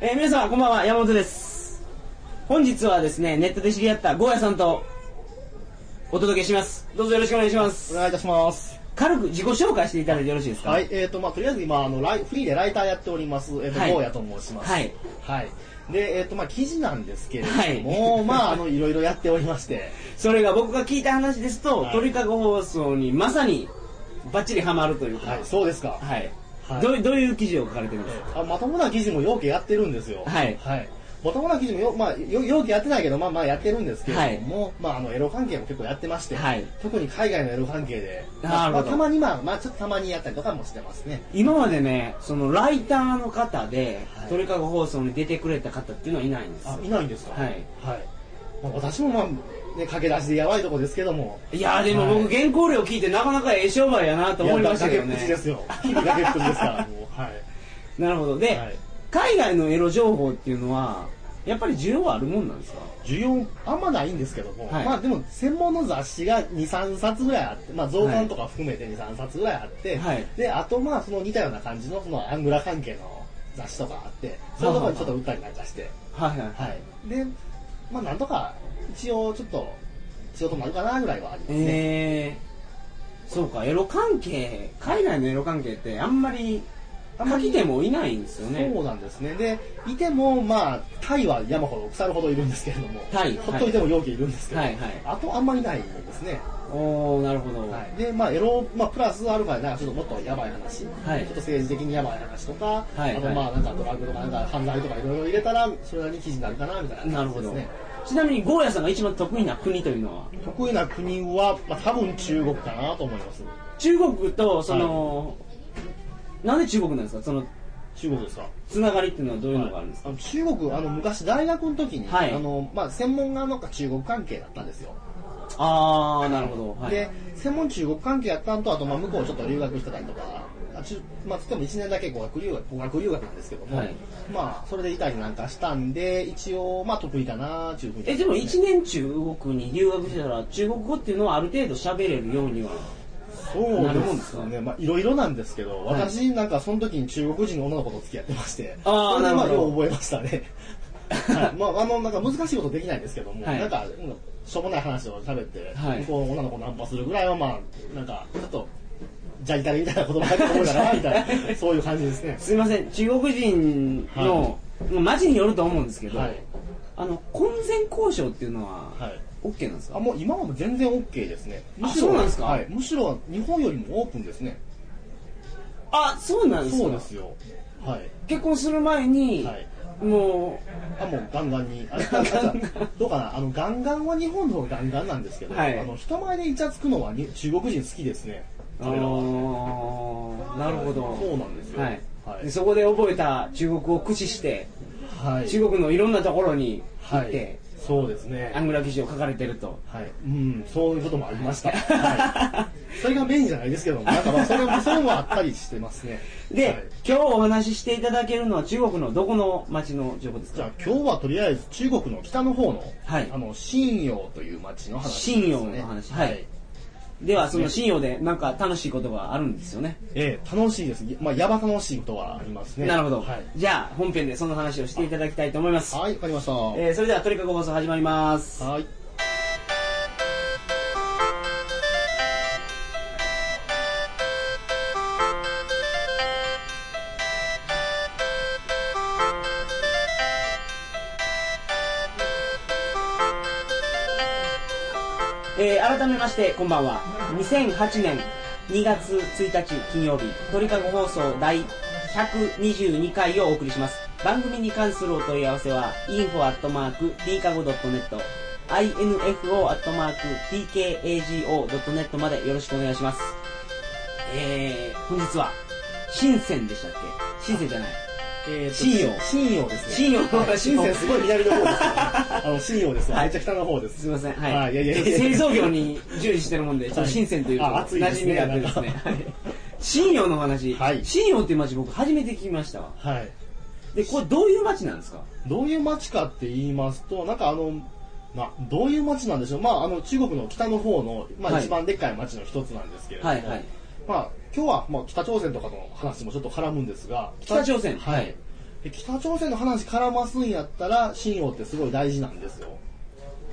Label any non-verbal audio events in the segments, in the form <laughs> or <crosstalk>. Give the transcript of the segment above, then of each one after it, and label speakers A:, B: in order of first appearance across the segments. A: えー皆さんこんばんは山本です本日はですねネットで知り合ったゴーヤさんとお届けしますどうぞよろしくお願いしま
B: お
A: す
B: 願いいたします。
A: 軽く自己紹介していただいてよろしいですか
B: はい、えっ、と、まあ、とりあえず今、あの、ライフリーでライターやっております、えっ、と、
A: はい
B: ゴーヤと申します。
A: はい。
B: はい。で、えっ、と、まあ、記事なんですけれども、
A: はい
B: まあ、あの、いろいろやっておりまして、
A: それが僕が聞いた話ですと、
B: はい
A: 鳥かご放送にまさにバッチリハマるというか
B: はい、そうですか。
A: はい、
B: はい
A: どういどういう記事を書かれてるんですか
B: あまともな記事もよくやってるんですよ。
A: はい
B: はい。まともな記事もよ、まあ、よ、よくやってないけど、まあまあやってるんですけれども、まああの、エロ関係も結構やってまして、
A: はい
B: 特に海外のエロ関係で、ま
A: な
B: あ、
A: る
B: ま
A: ほ
B: あ
A: ど
B: たまにまあ、まあちょっとたまにやったりとかもしてますね。
A: 今までねそのライターの方で、
B: はい
A: 鳥かご放送に出てくれた方っていうのはいないんですよ
B: あ、いないんですか
A: はい。
B: はい。まあ、私もまあ、ね、駆け出しでやばいとこですけども、
A: いやーでも僕原稿料聞いてなかなかええ商売やなと思いましたけど
B: いや
A: ね
B: 崖っぷちですよ。日々崖っぷちですから、も
A: <laughs>
B: う。はい。
A: なるほどで、
B: はい
A: 海外のエロ情報っていうのはやっぱり需要はあるもんなんですか
B: 需要あんまないんですけども、
A: はい
B: まあでも専門の雑誌が2、3冊ぐらいあって、まあ増刊とか含めて2、3冊ぐらいあって、
A: はい
B: で、あとまあその似たような感じのそのアングラ関係の雑誌とかあって、そういうところにちょっと売ったりなんかして、
A: はいはい
B: はい。で、まあなんとか一応ちょっと仕事もあるかなぐらいはありますね。
A: えー、そうかエロ関係海外のエロ関係ってあんまり
B: あんま
A: 書
B: り
A: き手もいないんですよね
B: そうなんですね。で、いても、まあ、タイは山ほど腐るほどいるんですけれども、
A: タイ
B: ほっといても容器いるんですけど、
A: はいはい
B: あとあんまりないんですね。
A: おおなるほど、
B: はい、で、まあ、エロ、まあ、プラスアルファで、なんかちょっともっとやばい話、
A: はい
B: ちょっと政治的にやばい話とか、
A: はい
B: あと、
A: はい
B: まあ、なんかドラッグとか、なんか犯罪とかいろいろ入れたら、それなりに記事になるかな、みたいな
A: なる
B: 感じ
A: ほ
B: で
A: ど、
B: すね。
A: ちなみにゴーヤさんが一番得意な国というのは
B: 得意な国は、まあ、多分中国かなと思います。
A: 中国とその、なんで中国なんですかその
B: 中国ですか
A: つながりっていうのはどういうのがあるんですか、
B: あの中国、あの、昔大学の時に、
A: はい
B: あの、まあ、専門がなんか中国関係だったんですよ。
A: ああなるほど、はい、
B: で、専門中国関係やったんと、あと、まあ、向こうちょっと留学してたりとか、あちゅまあ、つっても1年だけ語学留学、語学留学なんですけども、
A: はい
B: まあ、それでイタリアなんかしたんで、一応、まあ、得意かな、中国
A: えでも1年中国に留学してたら中国語っていうのはある程度喋れるようには
B: そう
A: なるもん
B: で
A: です
B: す
A: か
B: ね。まあ、いろいろなんですけど、
A: はい
B: 私なんかその時に中国人の女の子と付き合ってまして、
A: あー
B: それでま
A: なるほど
B: よう覚えまし
A: <laughs>
B: たね。はいまあ、あの、なんか難しいことできないんですけども、
A: はい
B: なんか、うんしょうもない話を喋って、
A: はい
B: 向こうの女の子ナンパするぐらいは、まあ、なんか、ちょっと、じゃいたりみたいなことばっかり思うだな、みた
A: <laughs>
B: いな、そういう感じですね。
A: すいません中国人の、
B: は
A: もう街によると思うんですけど、
B: はい。
A: あの婚前交渉っていうのは
B: はい。
A: OK なんですか、
B: あ、もう今はもう全然 OK ですね。むしろ
A: そうなんですか
B: はい。むしろ日本よりもオープンですね。
A: あそうなんですか
B: そうですよ。はい。
A: 結婚する前に、
B: はい。
A: も
B: あもうガンガンにあれ
A: ガンガン
B: どうかなあのガンガンは日本の方がガンガンなんですけど、
A: はい
B: あの人前でイチャつくのはに中国人好きですね
A: う
B: 彼らは
A: あーなるほど
B: そうなんですよ
A: はい
B: はい
A: でそこで覚えた中国語を駆使して、
B: はい
A: 中国のいろんなところに行っ
B: は
A: て、
B: いそうですね
A: アングラ記事を書かれてると
B: はいうんそういうこともあり
A: <laughs>
B: ました、はい、それがメインじゃないですけどもなんかまあそ
A: <laughs>
B: れもそれもあったりしてますね
A: で、
B: はい
A: 今日お話ししていただけるのは中国のどこの町の情報です
B: じゃ
A: か
B: あ今日はとりあえず中国の北の方の、
A: はい
B: あの信陽という町の話です、ね、
A: 信陽の話はいではその信用でなんか楽しいことがあるんですよね
B: ええ楽しいです、まあ、やば楽しいことはありますね
A: なるほど、
B: はい、
A: じゃあ本編でその話をしていただきたいと思います、
B: はい、わかりました、
A: えーそれではトリカゴ放送始まります
B: はい
A: えー改めましてこんばんは2008年2月1日金曜日鳥かご放送第122回をお送りします番組に関するお問い合わせは info.tkago.net info.tkago.net までよろしくお願いしますえー、本日は深センでしたっけ深センじゃない
B: えーと
A: 信用
B: 信用ですね。
A: 信用
B: はい深センすごい南の方ですよね。あの、信用ですわ。
A: はい
B: めっちゃ北の方です。
A: すみません、はい、
B: あいやいやいや
A: ちょっと製造業に従事してるもんで、ちょっと深センというと、
B: あ熱いで
A: 馴
B: す
A: 染み
B: ね
A: があってですね、はい信用のお話、
B: はい
A: 信用っていう街、僕、初めて聞きましたわ、
B: はい。
A: でこれ、どういう街なんですか、
B: どういう街かって言いますと、なんかあの、などういう街なんでしょう。まあ、あの、中国の北の方の、まあ、
A: はい
B: 一番でっかい街の一つなんですけれども、
A: はいはい
B: まあ、今日は、まあ、北朝鮮とかの話もちょっと絡むんですが、
A: 北朝鮮
B: はい。
A: はい
B: で北朝鮮の話絡ますんやったら、信用ってすごい大事なんですよ。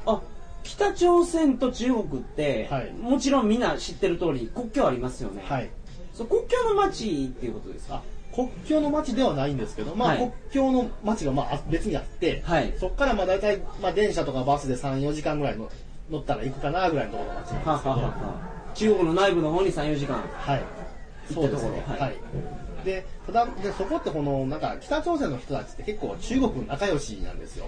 A: あ北朝鮮と中国って、
B: はい
A: もちろんみんな知ってる通り国境ありますよね、
B: はい。
A: そう国境の町っていうことですか
B: あ国境の町ではないんですけど、まあ、
A: はい
B: 国境の町がまああ別にあって、
A: はい
B: そこからまあ大体、まあ、電車とかバスで3、4時間ぐらいの乗ったら行くかなぐらいのところの町なんですけど、
A: はあはあはあ中国の内部の方に34時間
B: はい、
A: 行ったところ
B: は
A: は
B: いでただでそこってこのなんか北朝鮮の人たちって結構中国仲良しなんですよ、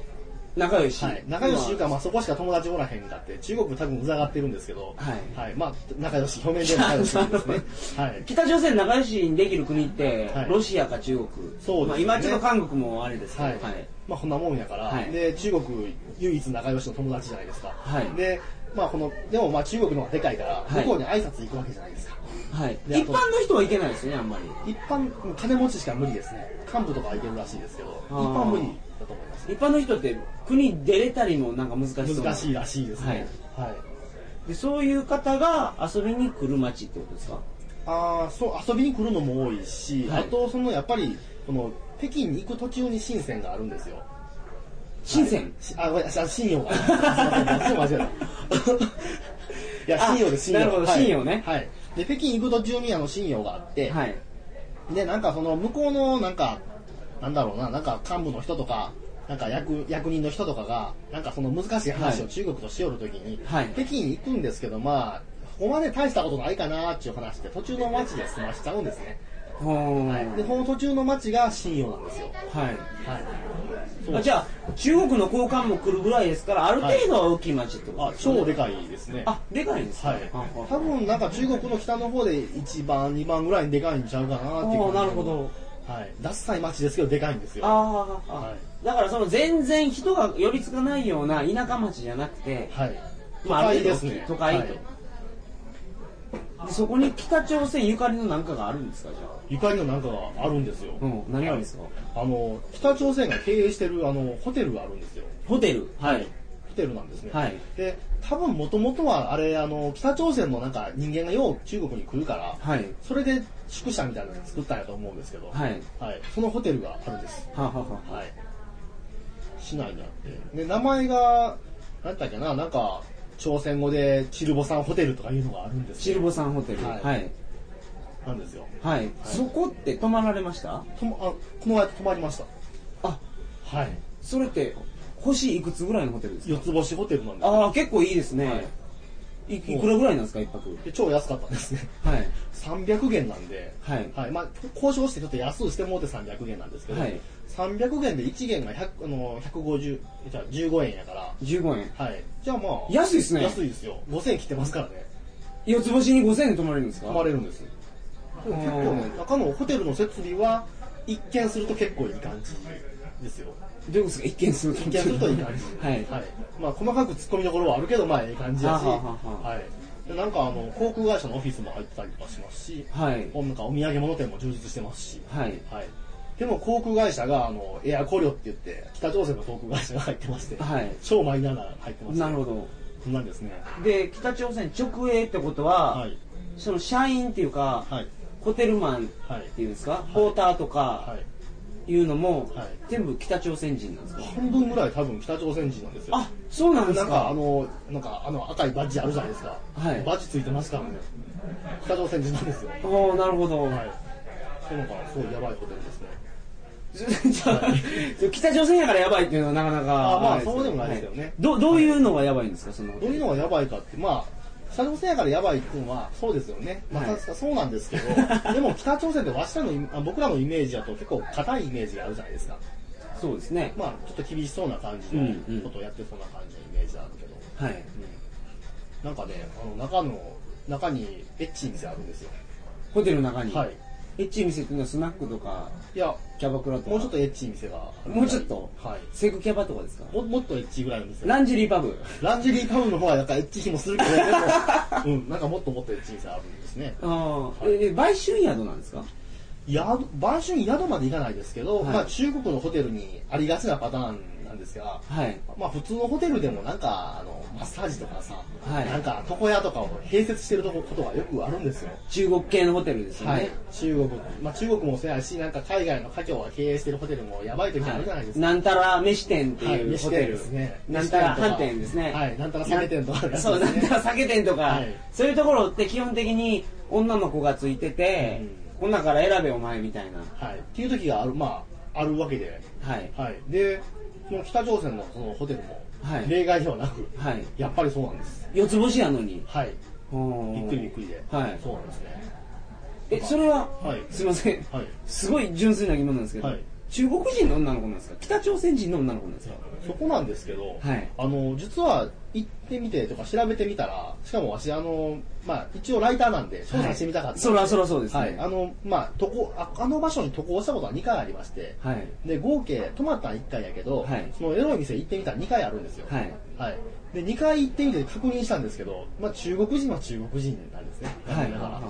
A: 仲良し、
B: はい、仲良しいうか、
A: ま
B: まあ、そこしか友達おらへんかって中国多分うざがってるんですけど、
A: はい
B: まあ、仲良し表面上仲良しですね
A: <laughs>
B: はい
A: あ北朝鮮仲良しにできる国って、
B: はい
A: ロシアか中国
B: そうですね
A: まあ、今ちょっと韓国もあれですけど
B: は
A: はいい、
B: まあこんなもんやから、
A: はい
B: で中国唯一仲良しの友達じゃないですか、
A: はい
B: でまあこのでもまあ中国の方がでかいから、
A: はい
B: 向こうに挨拶行くわけじゃないですか
A: はい
B: であ
A: 一般
B: と
A: の人はいけないですねあんまり
B: 一般金持ちしか無理ですね幹部とかはいけるらしいですけど一
A: あー
B: 般無理だと思います
A: 一般の人って国出れたりもなんか難しそうな
B: 難しいらしいですねはい、
A: でそういう方が遊びに来る街ってことですか
B: ああそう遊びに来るのも多いし、
A: はい
B: あとそのやっぱりこの北京に行く途中に深センがあるんですよ
A: 深セン
B: しあ、ごめんなさい、信用が。すいません、間違え
A: <laughs>
B: た。いや、
A: あ
B: 信用です、信用。
A: なるほど
B: はい
A: 信用ね
B: はい。で、北京行く途中にあの、信用があって、
A: はい
B: で、なんかその、向こうの、なんか、なんだろうな、なんか幹部の人とか、なんか役役人の人とかが、なんかその難しい話を
A: はい
B: 中国としよるときに、
A: はい
B: 北京行くんですけど、まあ、ここまで大したことないかなっていう話って途中の街で済ましちゃうんですね。
A: ほーん
B: で、この途中の街が信用なんですよ。
A: はい
B: はい。
A: あじゃあ中国の高官も来るぐらいですからある程度は大きい街ってこと
B: あ
A: で、すね
B: 超でかいですね。
A: あでかいんですか
B: はい、多分なんか中国の北の方で1番、2番ぐらいにでかいんちゃうかなっていう
A: ああ
B: 感じ
A: なるほど
B: はい、ダッサい町ですけど、でかいんですよ。
A: ああ、
B: は
A: だからその全然人が寄りつかないような田舎町じゃなくて、
B: はい、
A: まあ
B: 都会ですね。
A: 都会と
B: はい
A: でそこに北朝鮮ゆかりのなんかがあるんですかじゃあ
B: ゆかりのなんかがあるんですよ。
A: うん何があるんですか
B: あの、北朝鮮が経営してるあのホテルがあるんですよ。
A: ホテルはい
B: ホテルなんですね。
A: はい
B: で、多分もともとはあれ、あの、北朝鮮のなんか人間がよう中国に来るから、
A: はい
B: それで宿舎みたいなの作ったんやと思うんですけど、
A: はい
B: はい、そのホテルがあるんです。
A: はあはあはあ
B: はい、市内にあってで名前が何だっけななんか朝鮮語でチルボさんホテルとかいうのがあるんです
A: シ
B: よ
A: ルボさんホテル
B: はい
A: はい
B: なんですよ
A: はい、そこって泊まられました
B: ともあこの間泊まりました
A: あ
B: はい
A: それって星いくつぐらいのホテルですか
B: 四つ星ホテルなんですよ
A: ああ結構いいですね、
B: はい
A: い、いくらぐらいなんですか一泊
B: で超安かったんですね
A: はい
B: 300元なんで
A: はい
B: はいまあ、交渉してちょっと安うしてもうて300元なんですけど、
A: はい
B: 300元で1元が100あの150じゃあ15円やから
A: 15円
B: はいじゃあまあ
A: 安いっすね
B: 安いですよ5000円切ってますからね
A: 四つ星に5000円で泊まれるんですか
B: 泊まれるんですでも結構ね中のホテルの設備は一見すると結構いい感じですよ
A: どういうことですか一見すると
B: 一見するといい感じ
A: はい、
B: まあ細かく突っ込みどころはあるけどまあいい感じやし
A: はははは
B: はいでなんかあの航空会社のオフィスも入ってたりとかしますし、
A: はい
B: おなんかお土産物店も充実してますし
A: はい
B: はいでも航空会社があのエアコリョって言って北朝鮮の航空会社が入ってまして、
A: はい
B: 超マイナーな入ってまして
A: なるほど
B: そんなんですね
A: で北朝鮮直営ってことは、
B: はい
A: その社員っていうか、
B: はい
A: ホテルマンっ
B: はい
A: ていうんですか、ポーターと
B: は
A: か
B: い
A: いうのも、
B: はい
A: 全部北朝鮮人なんですか、
B: 半分ぐらい多分北朝鮮人なんですよ
A: あそうなんです
B: な
A: か
B: んかあの、なんかあの赤いバッジあるじゃないですか。
A: はい
B: バッジついてますからね。北朝鮮人なんですよ。はい。
A: おーなるほど、
B: そのか、すごいやばいホテルですね。
A: <laughs> じゃあ北朝鮮やからやばいっていうのはなかなか
B: あまあ
A: れけど
B: そうでもないですよね
A: はどどういうのがやばいんですかその
B: どういうのがやばいかって、まあ、北朝鮮やからやばいっていうのは、そうですよね。まあ、
A: はい
B: 確かそうなんですけ
A: <laughs>
B: ど、でも北朝鮮ってわしらのイメ、あ僕らのイメージだと結構硬いイメージがあるじゃないですか。
A: そうですね
B: まあ、ちょっと厳しそうな感じ
A: うんう
B: の
A: ん
B: ことをやってそうな感じのイメージがあるけど、
A: はい
B: なんかね、あの中の、中にエッチい店あるんですよ。
A: ホテルの中に、
B: はい。
A: エッチい店っていうのはスナックとか
B: いや、
A: キャバクラとか
B: もうちょっとエッチい店があるぐらい
A: もうちょっと
B: はい。
A: セグキャバとかですか
B: ももっとエッチぐらいの店
A: ランジェリーパブ
B: ランジェリータウンの方はなんかエッチ気もするけどで
A: <laughs>
B: も、うん、なんかもっともっとエッチ店あるんですね
A: あー、ええ売春宿なんですか
B: 宿晩春宿まで行かないですけど、
A: はい
B: まあ、中国のホテルにありがちなパターンなんなんですが、
A: はい。
B: まあ普通のホテルでもなんか、あの、マッサージとかさ、
A: はい
B: なんか床屋とかを併設してるとこことがよくあるんですよ。
A: 中国系のホテルですよね。
B: はい。中国、まあ中国もそうやし、なんか海外の華僑が経営してるホテルもやばい時あるじゃないですか。
A: なんたら飯店って
B: はい
A: いう
B: 飯
A: ホテ
B: 店
A: ル。
B: ですね。
A: なんたら飯店ですね。
B: はい。なんたら酒店とか
A: なそう、なんたら酒店とか、
B: はい
A: そういうところって基本的に女の子がついてて、こんなから選べお前みたいな。
B: はい。っていう時がある、まあ、あるわけで。
A: はい。
B: はい。で、もう北朝鮮のそのホテルも
A: はい、
B: 例外ではなく、
A: はい。
B: やっぱりそうなんです。
A: 四つ星やのに。
B: はい。び
A: び
B: っくりびっくりで。
A: はい
B: そうなんですね。
A: え、それは、
B: はい
A: すいません。
B: はい。
A: すごい純粋な疑問なんですけど、
B: はい
A: 中国人の女の子なんですか北朝鮮人の女の子なんですか
B: そこなんですけど、
A: はい
B: あの、実は行ってみてとか調べてみたら、しかも私、あの、まあ、一応ライターなんで、調査してみたかった。
A: そらそらそうですね。
B: はい。あの、まあ、渡航あ、あの場所に渡航したことは2回ありまして、
A: はい。
B: で、合計、泊まったん1回やけど、
A: はい
B: そのエロい店行ってみたら2回あるんですよ。
A: はい。
B: はい。で、2回行ってみて確認したんですけど、まあ、中国人は中国人なんですね。
A: はい。
B: だから
A: は、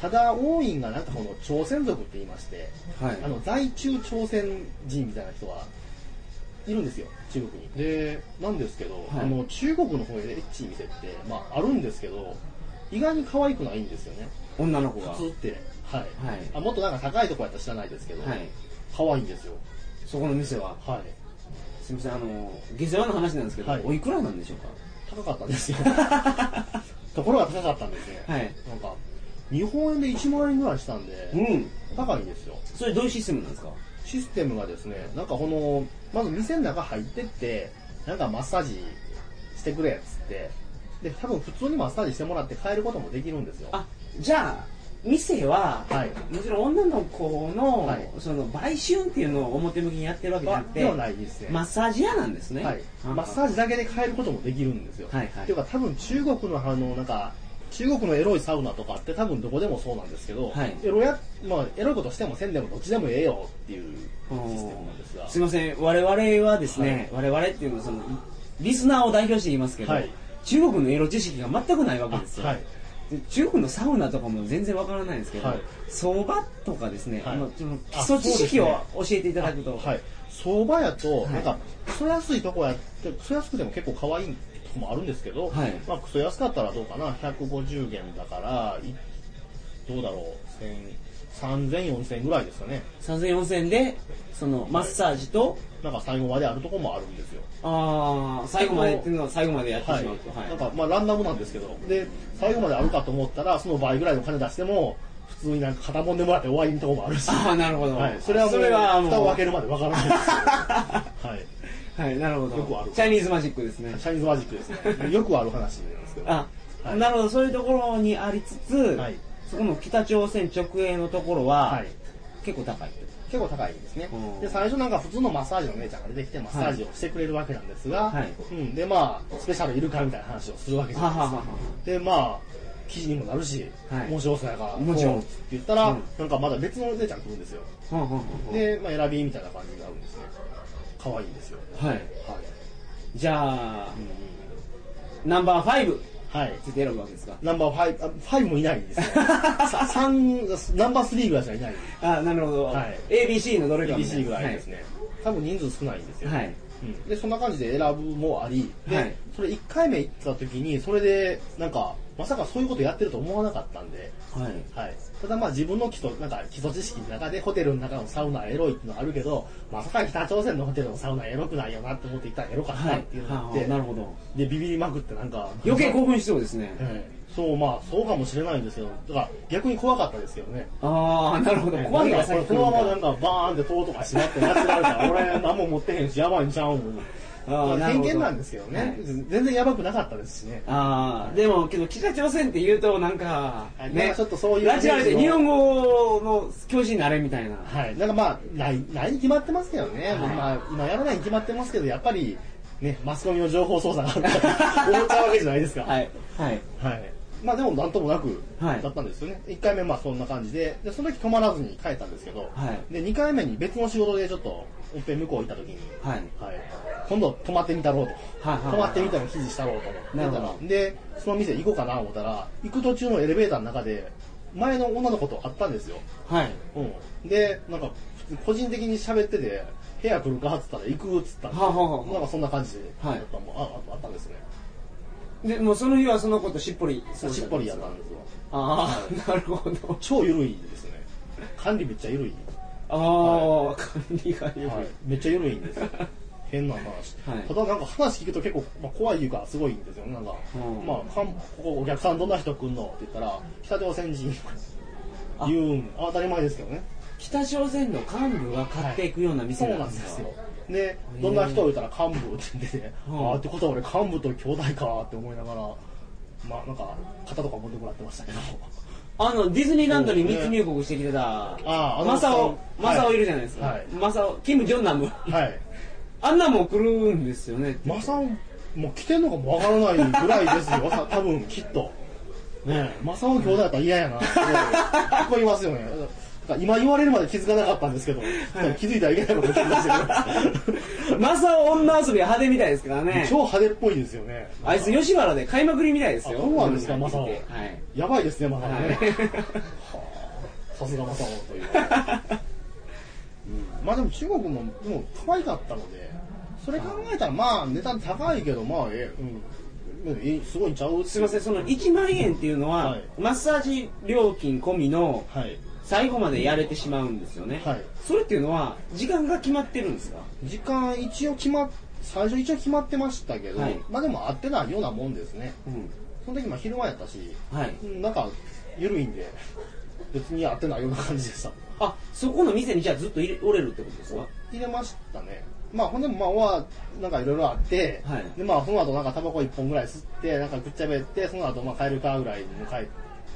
B: ただ、王院がなんかこの朝鮮族って言いまして、
A: い。はい
B: あの在中朝鮮人みたいな人がいるんですよ、中国に。で、なんですけど、
A: はい
B: あの中国の方でエッチい店って、まあ、あるんですけど、意外に可愛くないんですよね、
A: 女の子が。は
B: 普通って。はい。
A: い。
B: あもっとなんか高いとこやったら知らないですけど、
A: はい。
B: 可愛いんですよ。
A: そこの店は、
B: はい。
A: すみません、あの、下世話の話なんですけど、
B: はい
A: おいくらなんでしょう
B: 高かった
A: <laughs>
B: んですよ。
A: か
B: ところが高かったんですね。
A: はい。
B: なんか、日本円で1万円ぐらいしたん
A: う
B: で、
A: ん。
B: 高いんですよ。
A: それどういうシステムなんですか
B: システムがですね、なんかこの、まず店の中入ってって、なんかマッサージしてくれっつって、で、多分普通にマッサージしてもらって帰ることもできるんですよ。
A: あ、じゃあ、店は、
B: はい。
A: もちろん女の子の、
B: はい
A: その、売春っていうのを表向きにやってるわけじゃなくて、
B: ではないですね。
A: マッサージ屋なんですね。
B: はい。
A: あ
B: マッサージだけで帰ることもできるんですよ。
A: はいはい
B: っていうか多分中国のあの、なんか、中国のエロいサウナとかって多分どこでもそうなんですけど、
A: はい
B: エロや、まあ、エロいことしてもせんでもどっちでもええよっていうシステムなんですが。
A: すいません、我々はですね、我々っていうのはその、リスナーを代表して言いますけど、
B: はい
A: 中国のエロ知識が全くないわけですよ。
B: はい。
A: で中国のサウナとかも全然わからないんですけど、
B: はい
A: 相場とかですね、
B: はい
A: あのその基礎知識を教えていただくと、
B: はい、相場やと、
A: い
B: なんか、クソ安いとこやって、クソ安くても結構可愛いとこもあるんですけど、
A: はい
B: まあ、クソ安かったらどうかな、150元だから、いどうだろう、1000 3000、4000ぐらいですかね。
A: 3000、4000でそのマッサージと、
B: なんか最後まであるとこもあるんですよ。
A: あー最後までっていうのは最後までやって
B: は
A: し
B: い
A: まうと、。はい
B: なんか、まあ、ランダムなんですけど、で、最後まであるかと思ったら、その倍ぐらいの金出しても、普通になんか片もんでもらって終わりのとこもあるし、
A: ああ、なるほど、
B: はい、それはもう、蓋を開けるまでわか
A: <laughs>
B: らないですよ。はい。
A: はい、なるほど。
B: よくある
A: チャイニーズマジックですね。
B: シャイニーズマジックですね。よくある話なんですけど。
A: あ、
B: はい
A: なるほど、そういうところにありつつ、
B: はい。
A: そこの北朝鮮直営のところは、
B: はい。
A: 結構高い。
B: 結構高いんですね
A: うん。
B: で、最初なんか普通のマッサージの姉ちゃんが出てきて、マッサージをしてくれるわけなんですが、
A: はい
B: うん。で、まあ、スペシャルいるかみたいな話をするわけじゃ
A: ははは
B: ないです
A: は
B: か。で、まあ、記事にもなるし、
A: はい
B: 面白そうやから、
A: もちろん
B: こうって言ったら、
A: うん
B: なんかまだ別の姉ちゃん来るんですよ。
A: ははは
B: で、まあ、選びみたいな感じになるんですね。可愛いんですよ。
A: は。はい。
B: はい。
A: じゃあ
B: う、んうん
A: ナンバー5
B: はい。
A: ついて選ぶわけですか。
B: ナンバーファイブあ、ファイブもいないで
A: <laughs>
B: すね。さ三ナンバースリーぐらいしかいない。
A: あ、なるほど。
B: はい
A: ABC のどれかみた
B: ABC ぐらいですね。多分人数少ないんですよ。
A: はい。はい。
B: うんでそんな感じで選ぶもあり、で
A: はい
B: それ1回目行った時に、それでなんか、まさかそういうことやってると思わなかったんで、
A: はい。
B: はい、ただまあ自分の基礎なんか基礎知識の中で、ホテルの中のサウナエロいってのはあるけど、まさか北朝鮮のホテルのサウナエロくないよなって思って行ったらエロかった
A: は
B: っ
A: い
B: ていう。のがあっ
A: は
B: て、
A: いなるほど。
B: でビビりまくって、なんか、
A: 余計興奮しそうですね。
B: はいそう、まあそうかもしれないんですけど、だから逆に怖かったですけどね。
A: ああ、なるほど。怖いが
B: なんか
A: 先
B: これ
A: に来る
B: この
A: ん
B: まま
A: だ
B: なんかバーンって塔とかしまってなってなるから、俺何も持ってへんし、やばいんちゃうん
A: あーなる
B: 偏
A: ほど
B: 見なんですけどね、
A: はい
B: 全然やばくなかったですしね。
A: ああ、でも、けど、北朝鮮って言うと、なんか、
B: はいなん
A: ね
B: か、ちょっとそういう
A: 拉致られて、日本語の教師になれみたいな。
B: はい。なんかまあ、ない、ないに決まってますけどね。
A: はい
B: まあ、今やらないに決まってますけど、やっぱり、ね、マスコミの情報操作があるから、 <laughs> 思っちゃうわけじゃないですか。
A: はい。はい。
B: はい。まあでもなんともなく
A: はい
B: だったんですよね。一1回目まあそんな感じで、で、その時泊まらずに帰ったんですけど、
A: はい
B: で、2回目に別の仕事でちょっと、いっぺん向こう行った時に、
A: はい。
B: はい、今度泊まってみたろうと、
A: はいはい
B: 泊まってみたの記事したろうと思って
A: なる
B: た
A: ほ
B: ら
A: ど
B: でその店行こうかな思ったら行く途中のエレベーターの中で前の女の子と会ったんですよ、
A: はい。
B: うん、でなんか普通個人的に喋ってて部屋来るかっつったら行くっつったんで
A: はあはあはあ
B: なんかそんな感じで、
A: はい
B: やっぱもうあああったんですね
A: で、もうその日はその子としっぽり過ご
B: しっぽりやったん
A: で
B: ですすよ
A: ああ、なるほど。
B: 超緩いですね管理めっちゃ緩い、
A: ああ、管理がよく、
B: はい、めっちゃ緩い
A: <laughs>
B: んですよ変な話、
A: はい
B: ただなんか話聞くと結構、まあ、怖いいうかすごいんですよなんか、
A: うん
B: まあかんここお客さんどんな人来んのって言ったら北朝鮮人
A: あ
B: 言うんあ当たり前ですけどね
A: 北朝鮮の幹部が買っていくような
B: そ
A: 店
B: う
A: な
B: なんん
A: で
B: です
A: か
B: すよ。で、どんな人を言ったら幹部って言ってて、
A: うん
B: ああ、ってことは俺幹部と兄弟かって思いながら、まあなんか、肩とか持ってもらって
A: <laughs>
B: ましたけど。
A: あの、ディズニーランドに密入国してきてた、
B: ああの
A: マサオ、
B: はい
A: マサオいるじゃないですか。
B: はい
A: マサオ、キム・ジョンナム。
B: はい。
A: あんなもん来るんですよね。 <laughs>
B: マサオ、もう来てんのかもわからないぐらいですよ、さ多分きっと。ねえ、マサオ兄弟だったら嫌やなって、聞こえますよね。だから今言われるまで気づかなかったんですけど、気づいたらいけないこと言ってましたけど。
A: マサオ女遊びは派手みたいですからね。
B: 超派手っぽいですよね。
A: あいつ吉原で買いまくりみたいですよ。
B: あそうなんですか
A: うん
B: マサオ
A: はい。
B: やばいですね、まだ <laughs> ね。
A: は
B: さすがマサオという。まあでも中国ももう可愛かったので、それ考えたらまあ値段高いけど、まあええ、うんええ、すごいんちゃう
A: いすいません、その1万円っていうのは、
B: はい
A: マッサージ料金込みの
B: はい。
A: 最後までやれてしまうんですよね。
B: はい
A: それっていうのは、時間が決まってるんですか
B: 時間一応決まっ、最初一応決まってましたけど、
A: はい
B: まあでも合ってないようなもんですね。
A: うん。
B: その時まあ昼間やったし、
A: はい。
B: うんなんか緩いんで、別に合ってないような感じでした。
A: あ、そこの店にじゃあずっと入れおれるってことですか
B: 入れましたねまあほんでまあはなんかいろいろあって、
A: はい
B: でまあその後なんかタバコ一本ぐらい吸ってなんかぐっちゃべってその後まあ帰るかぐらいの帰る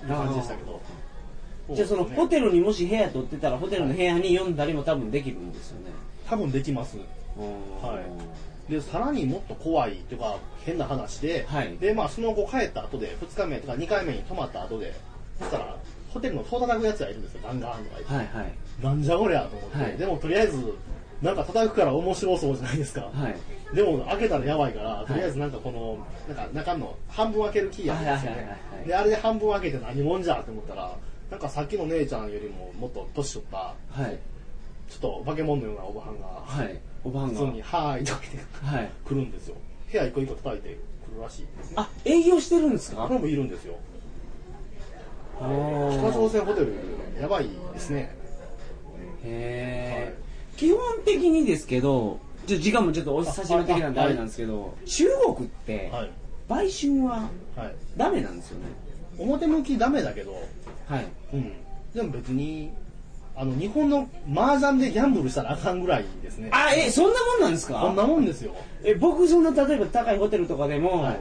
B: 感じでしたけど
A: じゃあその
B: うですね
A: ホテルにもし部屋取ってたらホテルの部屋に読んだりも多分できるんですよね。
B: 多分できます
A: は
B: はでさらにもっと怖いというか変な話で、
A: はい
B: でまあその後帰った後で2日目とか2回目に泊まった後でそしたらホテルの戸叩くやつがいるんですよガンガンとか言って、
A: はいはい。
B: なんじゃこりゃと思って、
A: はい
B: でもとりあえずなんか叩くから面白そうじゃないですか、
A: はい。
B: でも開けたらやばいから、
A: い
B: とりあえずなんかこの、なんか中の半分開けるキーやったんですよ
A: はいはい
B: ね
A: はいはい。
B: で、あれで半分開けて何者じゃって思ったら、なんかさっきの姉ちゃんよりももっと年取った、
A: はい。
B: ちょっと化け物のようなおばはんが、
A: はい。おばん
B: 普
A: が。
B: 通に、はーいとか言って
A: はい。
B: 来るんですよ。部屋一個一個叩いてくるらしいですね。
A: あ、営業してるんです
B: あ
A: か
B: れもいるんですよ。
A: 北
B: 北朝鮮ホテル、やばいですね。
A: へ
B: は
A: え。基本的にですけど、ちょっと時間もちょっとお久しぶり的なんで
B: あ
A: あ
B: はい
A: れなんですけど、中国って、
B: はい。
A: 売春は
B: はい。
A: ダメなんですよね。
B: 表向きダメだけど、
A: はい。
B: うん。でも別に、あの、日本の麻雀でギャンブルしたらあかんぐらいですね。
A: あ、え、そんなもんなんですか
B: こんなもんですよ。
A: え僕そんな例えば高いホテルとかでも、
B: はい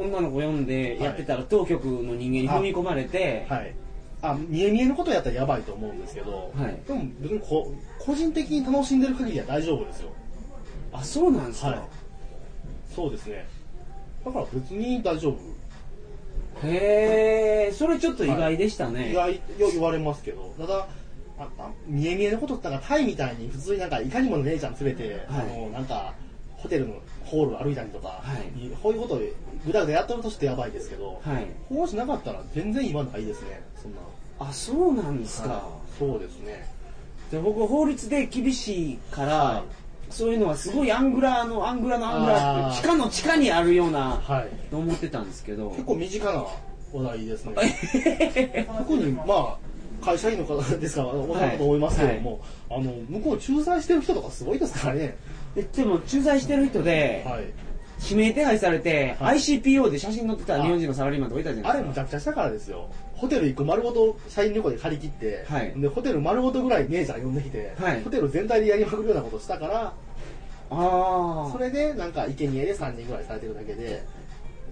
A: 女の子呼んでやってたら、当局の人間に踏み込まれて、
B: はい。あ、見え見えのことやったらやばいと思うんですけど、
A: はい
B: でも別にこ個人的に楽しんでる限りは大丈夫ですよ。
A: あそうなんですか、
B: はい。そうですね。だから別に大丈夫。
A: へえそれちょっと意外でした
B: 意
A: ね、
B: 外よ言われますけど、ただ、ああ見え見えのことってなんかタイみたいに普通になんかいかにも姉ちゃん連れて、
A: はい
B: あのなんかホテルのホール歩いたりとか、
A: はい
B: こういうことをぐだぐだやってるとしてやばいですけど、
A: はい
B: こうしなかったら全然今ないですね、そんな。
A: あそうなんですか、
B: はいそうですね。
A: じゃあ僕法律で厳しいから、
B: はい
A: そういうのはすごいアングラーのアングラのアングラー
B: あ
A: っ
B: ー
A: て地下の地下にあるような
B: はい。
A: と思ってたんですけど
B: 結構身近な話題ですね。特にまあ会社員の方ですから、お分かると思いますけども、あの向こう駐在してる人とかすごいですからね。
A: ででも駐在してる人で、
B: はい。
A: 指名手配されて、
B: はい
A: ICPO で写真載ってた日本人のサラリーマンとかいたじゃないで
B: あれ
A: すか
B: むちゃくちゃしたからですよ。ホテル行く丸ごと社員旅行で借り切って、
A: はい
B: でホテル丸ごとぐらい姉ちゃん呼んできて、
A: はい
B: ホテル全体でやりまくるようなことしたから、
A: ああ
B: それでなんか生贄で3人ぐらいされてるだけで、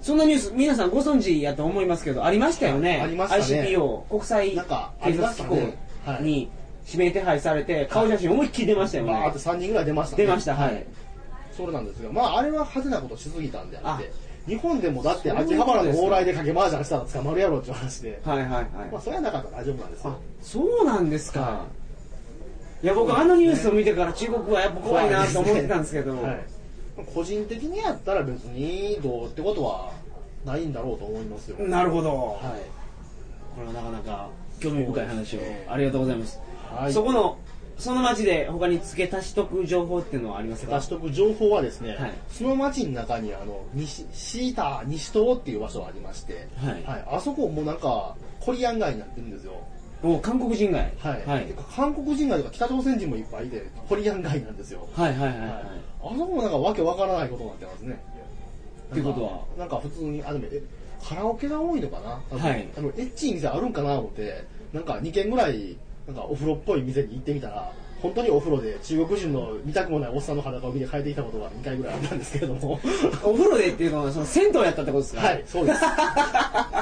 A: そんなニュース、皆さんご存知やと思いますけど、ありましたよね。
B: ありましたね
A: ICPO、国際警
B: なんかありま
A: 察
B: し
A: 機
B: た
A: 構
B: ねはい
A: に指名手配されて、顔写真思いっきり出ましたよ
B: バーっ
A: ね
B: て。3人ぐらい出ましたね。
A: 出ました、はい。
B: それなんですが、まああれは派手なことしすぎたんであって
A: あ、
B: 日本でもだって
A: そういうこと
B: 秋
A: です
B: 葉
A: か
B: 原の往来で掛け麻雀したら捕まるやろっていう話で、
A: はいはいはい。
B: まあそれはなかったら大丈夫なんです
A: あ
B: よ。、
A: そうなんですか
B: は。
A: いや、僕あのニュースを見てから中国はやっぱ怖いなと思ってたんですけど、
B: はい個人的にやったら別にどうってことはないんだろうと思いますよ。
A: なるほど。
B: は
A: これはなかなか興味深い話を
B: そうですね
A: ありがとうございます、
B: はい
A: そこのその町で他に付け足しとく情報っていうのはありますか
B: 出しとく情報はですね、
A: はい
B: その町の中にあの西シータ西東っていう場所がありまして、
A: はい
B: あそこもなんかコリアン街になってるんですよ、
A: お韓国人街
B: はい
A: はい
B: で韓国人街とか北朝鮮人もいっぱいいてコリアン街なんですよ、
A: はいはいはいはい
B: あそこもなんかわけわからないことになってますね
A: ってことは
B: なんか普通にあでもえカラオケが多いのかな多分
A: はい
B: あのエッチい店あるんかな思ってなんか2軒ぐらいなんかお風呂っぽい店に行ってみたら本当にお風呂で中国人の見たくもないおっさんの裸を見て帰ってきたことが2回ぐらいあったんですけれ
A: <laughs>
B: ども
A: お風呂でっていうのはその銭湯やったってことですか
B: はいそうですい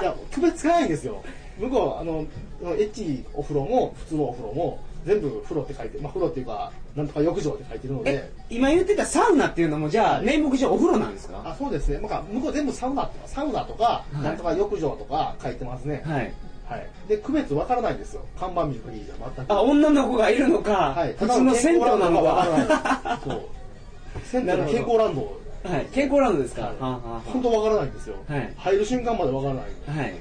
B: や区別つかないんですよ向こうあのエッチいお風呂も普通のお風呂も全部風呂って書いて、まあ、風呂っていうかなんとか浴場って書いてるので
A: え今言ってたサウナっていうのもじゃあ
B: はい
A: 名目上お風呂なんですか
B: あそうですね、なんか向こう全部サウナとか、サウナとか、
A: い
B: なんとか浴場とか書いてますね、
A: はい
B: はいで区別わからないんですよ、看板見る限りじゃ全く、
A: あ女の子がいるのか、
B: はい、
A: 普通の銭湯なの
B: わ
A: か
B: からない、そう、銭湯
A: なる
B: の
A: ほど
B: 健康ランド、
A: <laughs> はい健康ランドですか、はあはあ
B: 本当わからないんですよ、
A: はい
B: 入る瞬間までわからない、
A: はい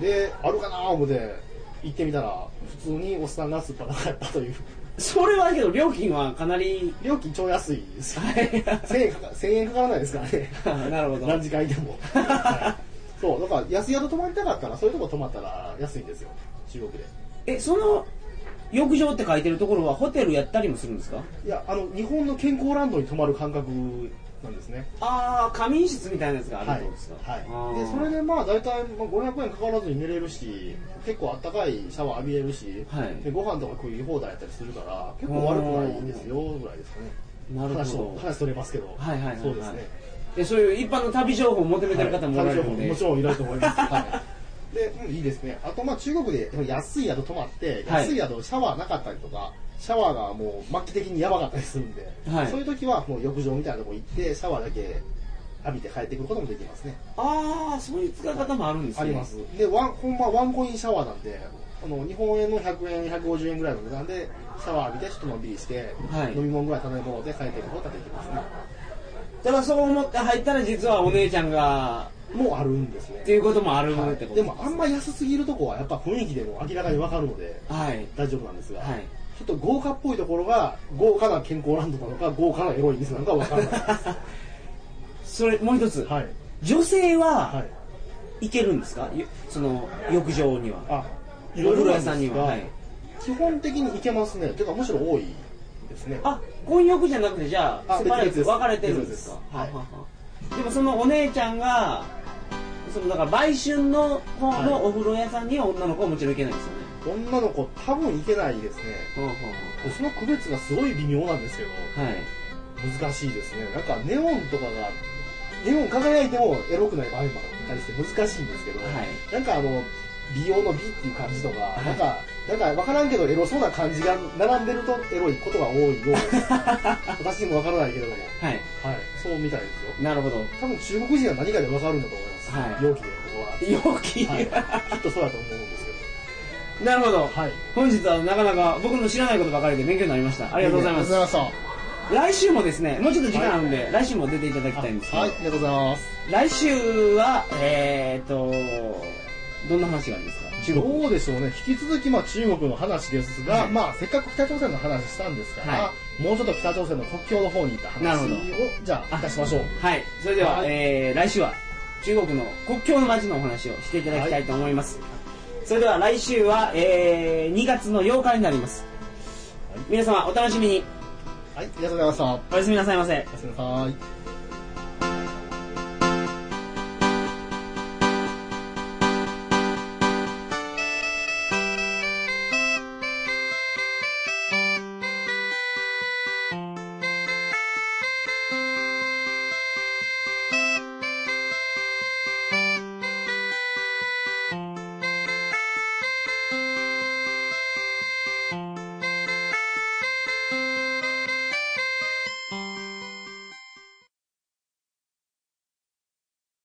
B: で、あるかなー思って、行ってみたら、普通におっさんがすっぱなかったという、
A: それはけど料金はかなり
B: 料金超安いですよ、
A: は
B: 1000円かか1000円かからないですからね。
A: い <laughs> なるほど
B: 何時間いても、はいそうだから安宿泊まりたかったらそういうとこ泊まったら安いんですよ中国で
A: えその浴場って書いてるところはホテルやったりもするんですか
B: いやあの日本の健康ランドに泊まる感覚なんですね
A: ああ仮眠室みたいなやつがある
B: は
A: っ
B: い
A: てことですか、あ
B: はい、
A: ー
B: でそれでまあ大体まあ500円かからずに寝れるし結構あったかいシャワー浴びれるし、
A: はい
B: でご飯とか食い放題やったりするから結構悪くないんですよぐらいですかね
A: なる
B: 話
A: ほ
B: と
A: ど
B: 話取れますけど、
A: はいはいはいはい
B: そうですね
A: でそういう一般の旅情報を求めてる方もおられる
B: はい
A: ので、
B: もちろんいると思います。はい。で、うん、いいですね。あと、まあ、中国で安い宿泊まって、
A: はい
B: 安い宿、シャワーなかったりとか、シャワーがもう末期的にやばかったりするんで、
A: はい
B: そういう時はもう浴場みたいなとこ行って、シャワーだけ浴びて帰ってくることもできますね。
A: ああそういう使い方もあるんですね
B: あります。で、ワン、ほんまワンコインシャワーなんで、あの、日本円の100円、150円ぐらいの値段で、シャワー浴びて、ちょっとのんびりして、
A: はい
B: 飲み物ぐらい頼み物で帰ってくることができますね。
A: だからそう思って入ったら実はお姉ちゃんが
B: もうあるんですね。
A: っていうこともある
B: はい
A: ってこと
B: でもあんま安すぎるとこはやっぱ雰囲気でも明らかにわかるので
A: はい
B: 大丈夫なんですが、
A: はい
B: ちょっと豪華っぽいところが豪華な健康ランドなのか豪華なエロい店なのかわからないで
A: それもう一つ、
B: すはい
A: 女性
B: は
A: はい行けるんですか、ゆその浴場には
B: あ
A: お
B: いろい
A: 風呂
B: ろな
A: 屋
B: ん
A: さん
B: で
A: に
B: す
A: は、
B: が
A: はい、
B: 基本的に行けますねというかむしろ多いですね
A: あ婚浴じゃなくてじゃあ
B: あ
A: セパレート
B: 別々です
A: 分かれてるんですか
B: 別々です
A: は
B: はい
A: はでもそのお姉ちゃんがそのだから売春の方
B: はい
A: のお風呂屋さんには女の子はもちろん行けないですよね、
B: 女の子多分行けないですね
A: は
B: その区別がすごい微妙なんですけど
A: あはあはい
B: 難しいですねなんかネオンとかがネオン輝いてもエロくない場合もあったりして難しいんですけど、
A: はい
B: なんかあの美容の美っていう感じとか、なんかなんか分からんけどエロそうな感じが並んでるとエロいことが多いようです
A: <laughs>
B: 私にも分からないけれども
A: はい
B: はいそうみたいですよ
A: なるほど
B: 多分中国人は何かで分かるんだと思います、
A: はい
B: 容器でこ
A: 陽気、
B: こは、はい、きっとそうだと思うんですけど
A: <laughs> なるほど、
B: はい
A: 本日はなかなか僕の知らないことばかりで勉強になりましたあ
B: あ
A: りがとうございます
B: りがとうござい
A: 来週もですねもうちょっと時間あるんで、来週も出ていただき
B: ま
A: たいんで
B: し
A: す
B: た
A: けど、
B: はいありがとうございます
A: 来週はえー、っとどんな話がありますか中国
B: どうでしょうね、引き続きまあ中国の話ですが、
A: はい
B: まあせっかく北朝鮮の話したんですから、
A: は
B: もうちょっと北朝鮮の国境の方に行った
A: なるほ
B: 話
A: ど
B: を、じゃあ、いたしましょう。
A: はい、それでは、
B: はい
A: えー来週は中国の国境の街のお話をしていただきたいと思います。それでは来週は、えー2月の8日になります。皆様お楽しみに。
B: はい、ありがとうございました。おや
A: おやすみなさいませ。
B: すみなさい。